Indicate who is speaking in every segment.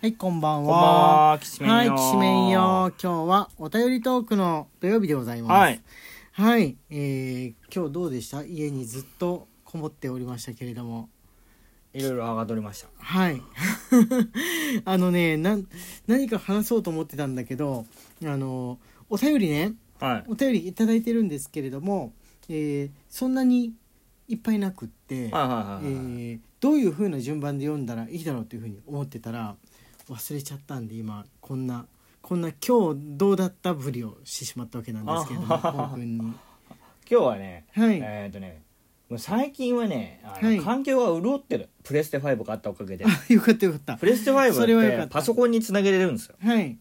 Speaker 1: はい、こんば
Speaker 2: こ
Speaker 1: ん
Speaker 2: んばん
Speaker 1: は。
Speaker 2: は、きしめんよ。
Speaker 1: はい、きしめんよ。今日はお便りトークの土曜日でございます。
Speaker 2: はい。
Speaker 1: はい。えー、今日どうでした家にずっとこもっておりましたけれども。
Speaker 2: いろいろあがどりました。
Speaker 1: はい。 あのね、なん、何か話そうと思ってたんだけど、あの、お便りね、
Speaker 2: はい。
Speaker 1: お便りいただいてるんですけれども、えーそんなにいっぱいなくって、
Speaker 2: はいはい
Speaker 1: え
Speaker 2: はいはい。
Speaker 1: ーどういう風な順番で読んだらいいだろうという風に思ってたら忘れちゃったんで今こんなこんな今日どうだったぶりをしてしまったわけなんですけれども
Speaker 2: あははは
Speaker 1: 興奮 に
Speaker 2: 今日はね、
Speaker 1: はい、
Speaker 2: えっとね、もう最近はね、あ
Speaker 1: はい
Speaker 2: の環境が潤ってる。プレステ5があったおか げで。
Speaker 1: あよかったよかった
Speaker 2: プレステ5
Speaker 1: それはよ
Speaker 2: っ
Speaker 1: かってた
Speaker 2: パソコンにつなげれるんですよ。
Speaker 1: はい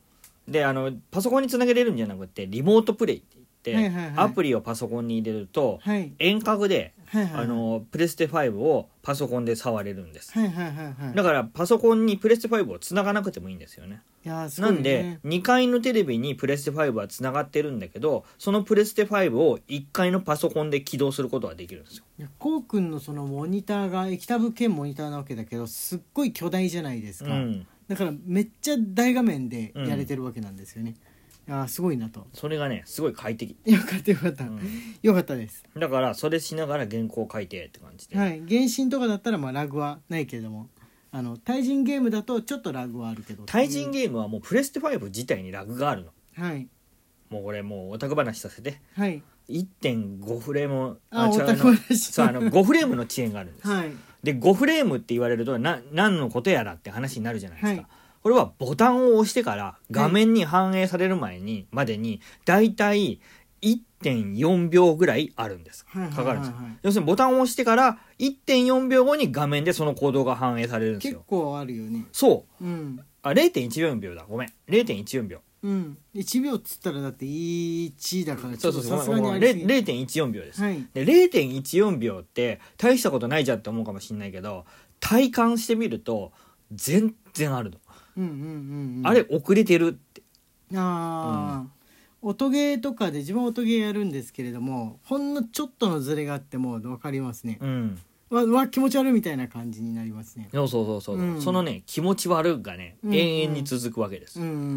Speaker 2: で、あの、パソコンにつなげれるんじゃなくて、リモートプレイって
Speaker 1: は
Speaker 2: 言
Speaker 1: い
Speaker 2: っ
Speaker 1: はいはい
Speaker 2: て、アプリをパソコンに入れると、
Speaker 1: はい
Speaker 2: 遠隔で、
Speaker 1: はいはい
Speaker 2: あの、プレステ5をパソコンで触れるんです。
Speaker 1: はいはいはいはい
Speaker 2: だから、パソコンにプレステ5をつながなくてもいいんですよね。
Speaker 1: いやーすご、
Speaker 2: ない
Speaker 1: ね、
Speaker 2: んで2階のテレビにプレステ5はつながってるんだけどそのプレステ5を1階のパソコンで起動することができるんですよ
Speaker 1: いやこうくんのそのモニターが液タブ兼モニターなわけだけどすっごい巨大じゃないですか、
Speaker 2: うん
Speaker 1: だからめっちゃ大画面でやれてるわけなんですよね、いやーすごいなと
Speaker 2: それがねすごい快適、
Speaker 1: よかったよかった、
Speaker 2: うん
Speaker 1: よかったです
Speaker 2: だからそれしながら原稿書いてって感じで、
Speaker 1: はい、原神とかだったらまあラグはないけれどもあの対人ゲームだとちょっとラグはあるけど
Speaker 2: 対人ゲームはもうプレステ5自体にラグがあるの
Speaker 1: はい
Speaker 2: もうこれもうオタク話させて
Speaker 1: はい
Speaker 2: 1.5フレーム
Speaker 1: あ
Speaker 2: 違う
Speaker 1: オタク話
Speaker 2: そうあの5フレームの遅延があるんです、
Speaker 1: はい
Speaker 2: で5フレームって言われるとな何のことやらって話になるじゃないですか、
Speaker 1: はい
Speaker 2: これはボタンを押してから画面に反映される前に、までにだいたい1.4秒ぐらいあるんです
Speaker 1: はいはいはい
Speaker 2: かかるんですよ
Speaker 1: はい
Speaker 2: 要するにボタンを押してから1.4秒後に画面でその行動が反映されるんです
Speaker 1: 結
Speaker 2: よ
Speaker 1: 構あるよね
Speaker 2: そう
Speaker 1: うん
Speaker 2: あ0.14秒だごめん0.14秒
Speaker 1: うん1秒っつったらだって1だからち
Speaker 2: そ
Speaker 1: ょ
Speaker 2: う
Speaker 1: っ
Speaker 2: そ
Speaker 1: と
Speaker 2: うそ
Speaker 1: さ
Speaker 2: う
Speaker 1: す
Speaker 2: ご
Speaker 1: が
Speaker 2: めんご
Speaker 1: にあ
Speaker 2: めん
Speaker 1: りすぎ
Speaker 2: 0.14秒です、
Speaker 1: はい
Speaker 2: で0.14秒って大したことないじゃんって思うかもしれないけど体感してみると全然あるの
Speaker 1: うんうんうん、うん、
Speaker 2: あれ遅れてるって
Speaker 1: ああ、音ゲーとかで自分は音ゲーやるんですけれどもほんのちょっとのズレがあっても分かりますね、
Speaker 2: うん
Speaker 1: わわ気持ち悪いみたいな感じになりますね
Speaker 2: そうそうそうそう、
Speaker 1: うん
Speaker 2: そのね気持ち悪いがね、
Speaker 1: うん
Speaker 2: 永遠に続くわけです、
Speaker 1: うんうんうんうんう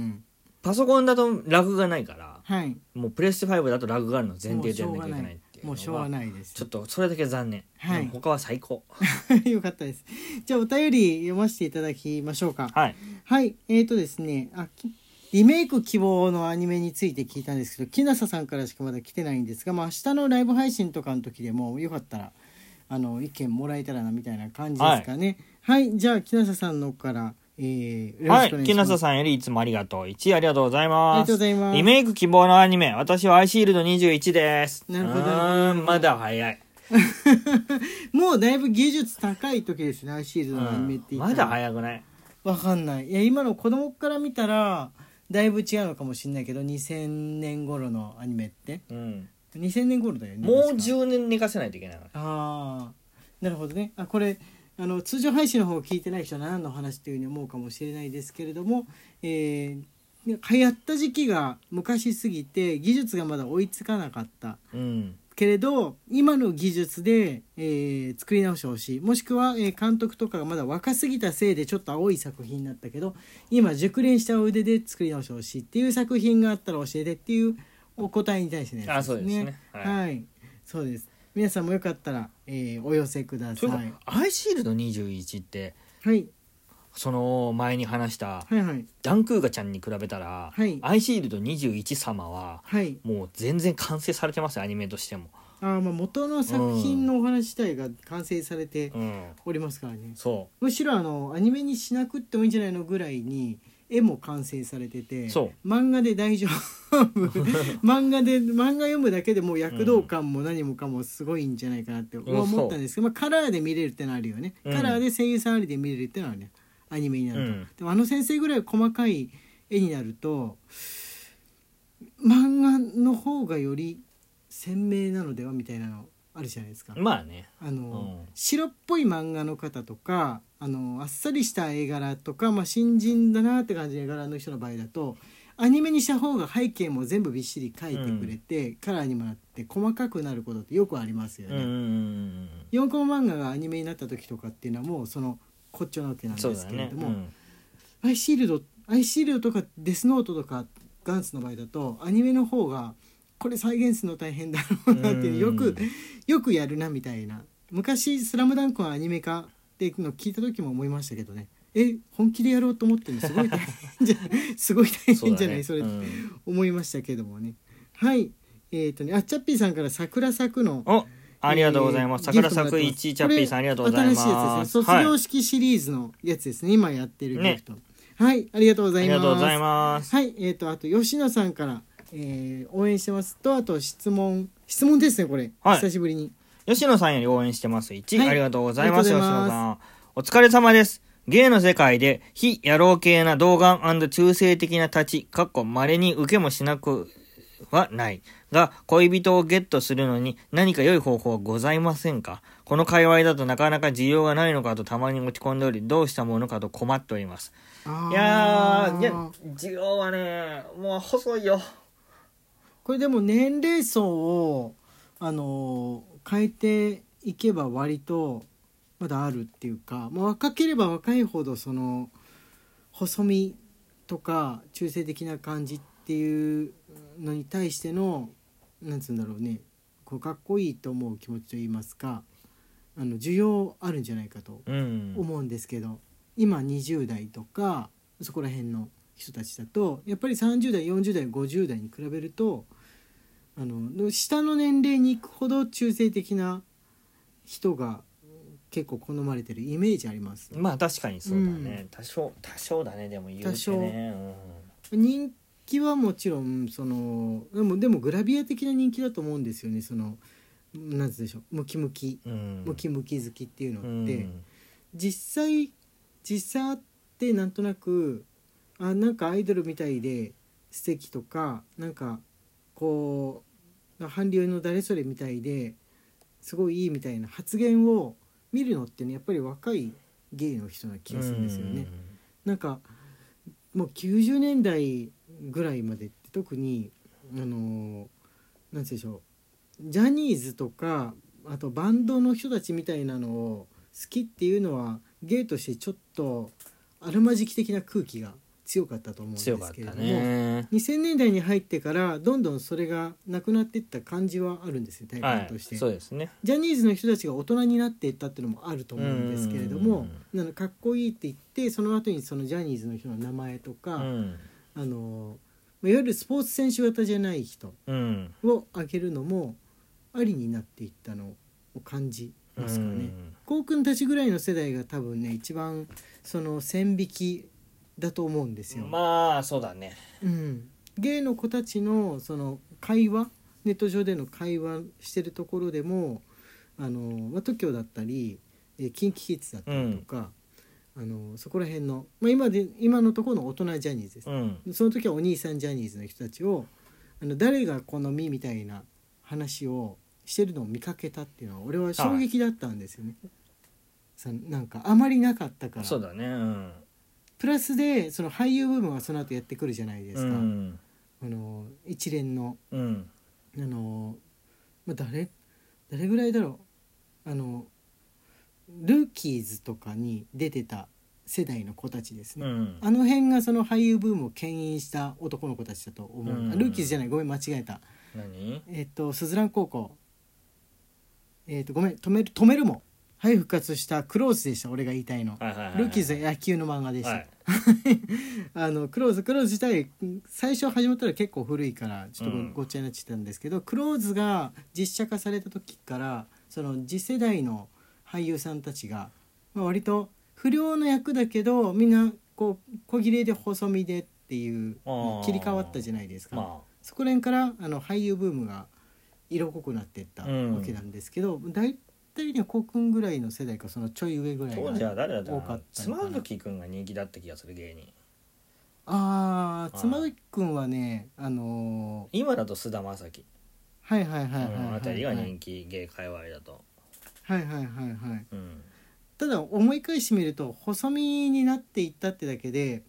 Speaker 1: ん
Speaker 2: パソコンだとラグがないから
Speaker 1: うんはい
Speaker 2: もうプレステ5だとラグがあるの前提でやんなきゃいけないっていうの
Speaker 1: もうしょうが
Speaker 2: い
Speaker 1: ないです
Speaker 2: ちょっとそれだけ残念、
Speaker 1: は
Speaker 2: で
Speaker 1: い
Speaker 2: も他は最高
Speaker 1: よかったですじゃあお便り読ませていただきましょうか
Speaker 2: はい
Speaker 1: はいえーとですねあきリメイク希望のアニメについて聞いたんですけどきなささんからしかまだ来てないんですが、まあ、明日のライブ配信とかの時でもよかったらあの意見もらえたらなみたいな感じですかねはい、じゃあきなささんのから、えー、よろ
Speaker 2: は
Speaker 1: しくお願
Speaker 2: い
Speaker 1: いし
Speaker 2: 木
Speaker 1: ます、
Speaker 2: 下さんよりいつもありがとう1位ありがとうござい
Speaker 1: あり
Speaker 2: ま
Speaker 1: がと
Speaker 2: す
Speaker 1: うございます
Speaker 2: リメイク希望のアニメ私はアイシールド21です
Speaker 1: なるほど
Speaker 2: うーんまだ早い、
Speaker 1: もうだいぶ技術高い時ですねアイシール
Speaker 2: う
Speaker 1: ドのアニメっ
Speaker 2: ん
Speaker 1: て、言っ
Speaker 2: ま
Speaker 1: た
Speaker 2: だ
Speaker 1: ら
Speaker 2: 早くない
Speaker 1: わかんないいや今の子供から見たらだいぶ違うのかもしれないけど2000年頃のアニメって
Speaker 2: うん
Speaker 1: 2000年頃だよね
Speaker 2: もう
Speaker 1: 確か
Speaker 2: 10年寝かせないといけないから
Speaker 1: ああなるほどねあこれあの通常配信の方を聞いてない人は何の話というふうに思うかもしれないですけれども、えー、流行った時期が昔すぎて技術がまだ追いつかなかった
Speaker 2: うん
Speaker 1: けれど今の技術で、えー作り直してほしいもしくは、えー監督とかがまだ若すぎたせいでちょっと青い作品になったけど今熟練した腕で作り直してほしいっていう作品があったら教えてっていうお答えに対してね
Speaker 2: あそうですね
Speaker 1: はい、
Speaker 2: は
Speaker 1: そうです皆さんもよかったら、えーお寄せくだ
Speaker 2: と
Speaker 1: さ
Speaker 2: い
Speaker 1: いう
Speaker 2: か、アイシールド21って
Speaker 1: はい
Speaker 2: その前に話した
Speaker 1: はいはい
Speaker 2: ダンクーガちゃんに比べたら、
Speaker 1: はい
Speaker 2: アイシールド21様は
Speaker 1: はい
Speaker 2: もう全然完成されてますよアニメとしても、
Speaker 1: あーまあ元の作品のお話自体が完成されて
Speaker 2: うん、
Speaker 1: おりますからね、
Speaker 2: そ
Speaker 1: むしろあのアニメにしなくってもいいんじゃないのぐらいに絵も完成されてて
Speaker 2: そ
Speaker 1: 漫画で大丈 夫漫画で漫画読むだけでもう躍動感も何もかもすごいんじゃないかなって
Speaker 2: ん
Speaker 1: 思ったんですけど、まあ、カラーで見れるってのはあるよね、
Speaker 2: うん
Speaker 1: カラーで声優さんありで見れるってのはねアニメになると、
Speaker 2: うん
Speaker 1: でもあの先生ぐらい細かい絵になると漫画の方がより鮮明なのではみたいなのあるじゃないですか
Speaker 2: う。まあね
Speaker 1: あの、
Speaker 2: うん
Speaker 1: 白っぽい漫画の方とかあのあっさりした絵柄とか、まあ、新人だなって感じの絵柄の人の場合だとアニメにした方が背景も全部びっしり描いてくれて、カラーにもなって細かくなることってよくありますよ
Speaker 2: うんうん
Speaker 1: ね。
Speaker 2: うん
Speaker 1: 4コマ漫画がアニメになった時とかっていうのはもうそのこっちのわけ
Speaker 2: う
Speaker 1: なんん
Speaker 2: そ
Speaker 1: で
Speaker 2: う
Speaker 1: す
Speaker 2: だ
Speaker 1: けれ
Speaker 2: ね
Speaker 1: ど
Speaker 2: う
Speaker 1: も、
Speaker 2: ん
Speaker 1: アイシールドアイシールドとかデスノートとかガンスの場合だとアニメの方がこれ再現するの大変だろうなっていうよくよくやるなみたいな昔「スラムダンクはアニメ化っていうのを聞いた時も思いましたけどねえ本気でやろうと思ってるのすごい大変じ ゃないすごい大変じゃないそ,、
Speaker 2: う
Speaker 1: れ
Speaker 2: だねうん
Speaker 1: 思いましたけどもねはいえっ、とねあチャッピーさんから「桜咲くの」
Speaker 2: おありがとうございます。
Speaker 1: えーギ
Speaker 2: 桜
Speaker 1: フトもら
Speaker 2: 咲く
Speaker 1: ってます
Speaker 2: 一チャッピーさんありがとうござい
Speaker 1: これ新しいやつ
Speaker 2: ま。
Speaker 1: ですすね卒
Speaker 2: は
Speaker 1: 業
Speaker 2: い、
Speaker 1: 式シリーズのやつですね、今やってるギフトはいありがとうござ
Speaker 2: あ
Speaker 1: い
Speaker 2: り
Speaker 1: ます
Speaker 2: がとうございます。
Speaker 1: はいえっ、とあと吉野さんから、えー応援してますとあと質問質問ですねこれ、
Speaker 2: はい
Speaker 1: 久しぶりに
Speaker 2: 吉野さんより応援してます。一、
Speaker 1: はい
Speaker 2: ありがとうございます。吉
Speaker 1: あり
Speaker 2: 野
Speaker 1: がとうござい
Speaker 2: さん。お疲れ様です。芸の世界で非野郎系な童顔中性的な立ち、かっこ稀に受けもしなくはない。が、恋人をゲットするのに何か良い方法はございませんかこの界隈だとなかなか需要がないのかとたまに落ち込んでおり、どうしたものかと困っております。
Speaker 1: あー
Speaker 2: いやー、いや、需要はね、もう細いよ。
Speaker 1: これでも年齢層をあのー変えていけば割とまだあるっていうか、まあ、若ければ若いほどその細身とか中性的な感じっていうのに対してのなんつうんだろうねこうかっこいいと思う気持ちといいますかあの需要あるんじゃないかと
Speaker 2: うん。
Speaker 1: 思うんですけど今20代とかそこら辺の人たちだとやっぱり30代40代50代に比べるとあの下の年齢に行くほど中性的な人が結構好まれてるイメージあります。
Speaker 2: まあ確かにそうだね。多少、多少だね、でも言うてね。
Speaker 1: 多少
Speaker 2: うん
Speaker 1: 人気はもちろんそのでもでもグラビア的な人気だと思うんですよねそのなんつうんでしょうムキムキ
Speaker 2: うん
Speaker 1: ムキムキ好きっていうのって。
Speaker 2: うん
Speaker 1: 実際実際ってなんとなくあなんかアイドルみたいで素敵とかなんかこう韓流の誰それみたいですごいいいみたいな発言を見るのってねやっぱり若い芸の人な気がするんですよね。なんかもう90年代ぐらいまでって特にあのーなんて言うんでしょうジャニーズとかあとバンドの人たちみたいなのを好きっていうのは芸としてちょっとあるまじき的な空気が強かったと思うんです
Speaker 2: 強かっ
Speaker 1: けれ
Speaker 2: た
Speaker 1: ども、
Speaker 2: ね。
Speaker 1: 2000年代に入ってからどんどんそれがなくなっていった感じはあるんですよ体
Speaker 2: は
Speaker 1: 感として。
Speaker 2: い、そうですね。
Speaker 1: ジャニーズの人たちが大人になっていったっていうのもあると思うんですけれども、なのかっこいいって言ってその後にそのジャニーズの人の名前と
Speaker 2: う
Speaker 1: か、
Speaker 2: ん。
Speaker 1: あのいわゆるスポーツ選手型じゃない人
Speaker 2: うん。
Speaker 1: を挙げるのもありになっていったのを感じますかね。こうくんたちぐらいの世代が多分ね一番その線引きだと思うんです
Speaker 2: う
Speaker 1: よ。
Speaker 2: ん。まあそうだね。
Speaker 1: うん、ゲイの子たちのその会話ネット上での会話してるところでもあのまあ TOKIO だったりえー KinKiKids だったりとか、あのそこら辺の、まあ、今で今のところの大人ジャニーズです、
Speaker 2: うん。
Speaker 1: その時はお兄さんジャニーズの人たちをあの誰が好みみたいな話をしてるのを見かけたっていうのは俺は衝撃だったんですよね。さなんかあまりなかったから
Speaker 2: そうだね。うん。
Speaker 1: プラスでその俳優部分はその後やってくるじゃないです
Speaker 2: う
Speaker 1: か。
Speaker 2: ん。
Speaker 1: あの一連の
Speaker 2: うん。
Speaker 1: あの、まあ、誰誰ぐらいだろうあのルーキーズとかに出てた世代の子たちです
Speaker 2: う
Speaker 1: ね、
Speaker 2: ん。
Speaker 1: あの辺がその俳優ブームを牽引した男の子たちだと思う、
Speaker 2: うん
Speaker 1: あルーキーズじゃないごめん間違えた
Speaker 2: 何？
Speaker 1: えっとスズラン高校えっとごめん止める止めるもはい復活したクローズでした俺が言いたいの、
Speaker 2: はいはいはいはい。
Speaker 1: ルーキーズは野球の漫画でした、
Speaker 2: はい。
Speaker 1: あのクローズクローズ自体最初始まったら結構古いからちょっと
Speaker 2: うん
Speaker 1: ごごっちゃになっちゃったんですけど、クローズが実写化された時からその次世代の俳優さんたちが、まあ、割と不良の役だけどみんなこう小切れで細身でっていう
Speaker 2: あー
Speaker 1: 切り替わったじゃないですか、
Speaker 2: ま
Speaker 1: そこら辺からあの俳優ブームが色濃くなっていったわけなんですけど、大体ねコウ君ぐらいの世代かそのちょい上ぐら
Speaker 2: あ
Speaker 1: いが
Speaker 2: 当時は誰だった
Speaker 1: 多か
Speaker 2: か
Speaker 1: っ
Speaker 2: な？
Speaker 1: た
Speaker 2: ス
Speaker 1: のか
Speaker 2: マ
Speaker 1: な
Speaker 2: ウドキ君が人気だった気がする芸人。
Speaker 1: ああ
Speaker 2: はい
Speaker 1: 妻夫木君はねあの
Speaker 2: 今だと菅田将暉
Speaker 1: ーはいはいはいはいはい
Speaker 2: うんあたり
Speaker 1: は
Speaker 2: が
Speaker 1: い
Speaker 2: 人気芸界隈だと。
Speaker 1: はいはいはいはい
Speaker 2: うん。
Speaker 1: ただ思い返してみると細身になっていったってだけで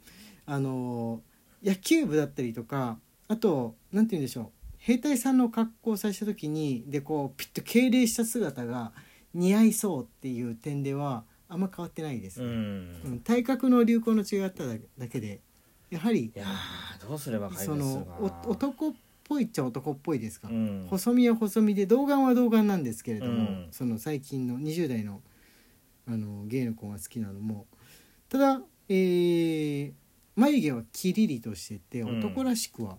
Speaker 1: あのー野球部だったりとかあとなんて言うんでしょう兵隊さんの格好をさせた時にでこうピッと敬礼した姿が似合いそうっていう点ではああんま変わってないです、
Speaker 2: う
Speaker 1: うんん体格の流行の違いがあっただだけでやはり
Speaker 2: いやーどうすれば解決す
Speaker 1: そ
Speaker 2: るかな
Speaker 1: のお男っぽいっちゃ男っぽいですか、
Speaker 2: うん
Speaker 1: 細身は細身で童顔は童顔なんですけれども、
Speaker 2: うん
Speaker 1: その最近の20代のあのゲイの子が好きなのもただ、えー眉毛はキリリとしてて
Speaker 2: うん
Speaker 1: 男らしくは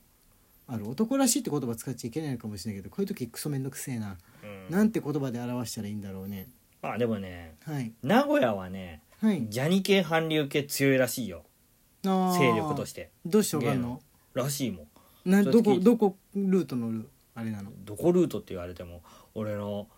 Speaker 1: ある、男らしいって言葉使っちゃいけないのかもしれないけどこういう時クソめんどくせえな、
Speaker 2: うん
Speaker 1: なんて言葉で表したらいいんだろうね
Speaker 2: まあでもね
Speaker 1: はい
Speaker 2: 名古屋はね
Speaker 1: はい
Speaker 2: ジャニ系韓流系強いらしいよ勢力としてて
Speaker 1: どうしてわかんの
Speaker 2: らしいもん
Speaker 1: な
Speaker 2: それ
Speaker 1: ど
Speaker 2: 聞い
Speaker 1: こ
Speaker 2: て
Speaker 1: どこルートのルあれなの
Speaker 2: どこルートって言われても俺の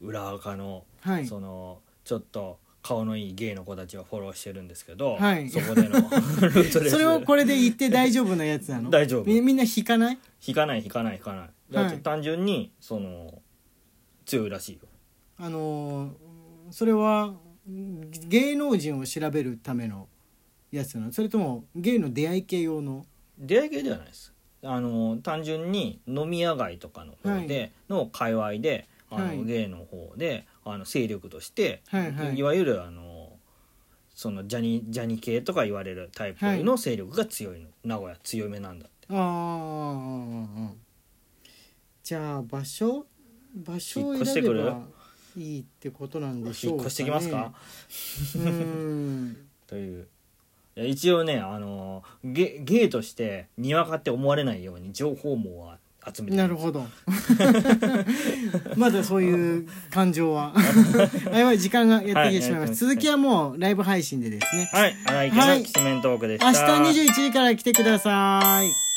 Speaker 2: 裏垢の、
Speaker 1: はい
Speaker 2: そのちょっと顔のいいゲイの子たちはフォローしてるんですけど、
Speaker 1: はい
Speaker 2: そ こでのルートです
Speaker 1: それをこれで言って大丈夫なやつな の
Speaker 2: 大丈夫
Speaker 1: みみんな引かない
Speaker 2: 引かない引かない引かないだって
Speaker 1: はい
Speaker 2: 単純にその強いらしいよ
Speaker 1: あのーそれはうん芸能人を調べるためのやつなのそれとも芸の出会い系用の
Speaker 2: 出会い系ではないですあの単純に飲み屋街とかの方で、
Speaker 1: は
Speaker 2: の界隈であの、
Speaker 1: はい
Speaker 2: ゲイの方であの勢力として、
Speaker 1: はいはい
Speaker 2: わゆるあのそのジャニジャニ系とか言われるタイプ
Speaker 1: はい
Speaker 2: の勢力が強いの、名古屋強めなんだって
Speaker 1: ああじゃあ場所場所
Speaker 2: 引っ
Speaker 1: を
Speaker 2: 越して
Speaker 1: 選
Speaker 2: く
Speaker 1: べ
Speaker 2: る
Speaker 1: ばいいってことなんでしょ
Speaker 2: 引っ
Speaker 1: うか、ね、
Speaker 2: 越してきますか
Speaker 1: う ーん
Speaker 2: といういや一応ねあのゲゲイとしてにわかって思われないように情報網は集めて
Speaker 1: なるほど まだそういう感 情はあやばい時間がやってきてしまいま
Speaker 2: はい
Speaker 1: した続きはもうライブ配信でですね
Speaker 2: はい荒井家のきしめんトークでした、
Speaker 1: 明日21時から来てください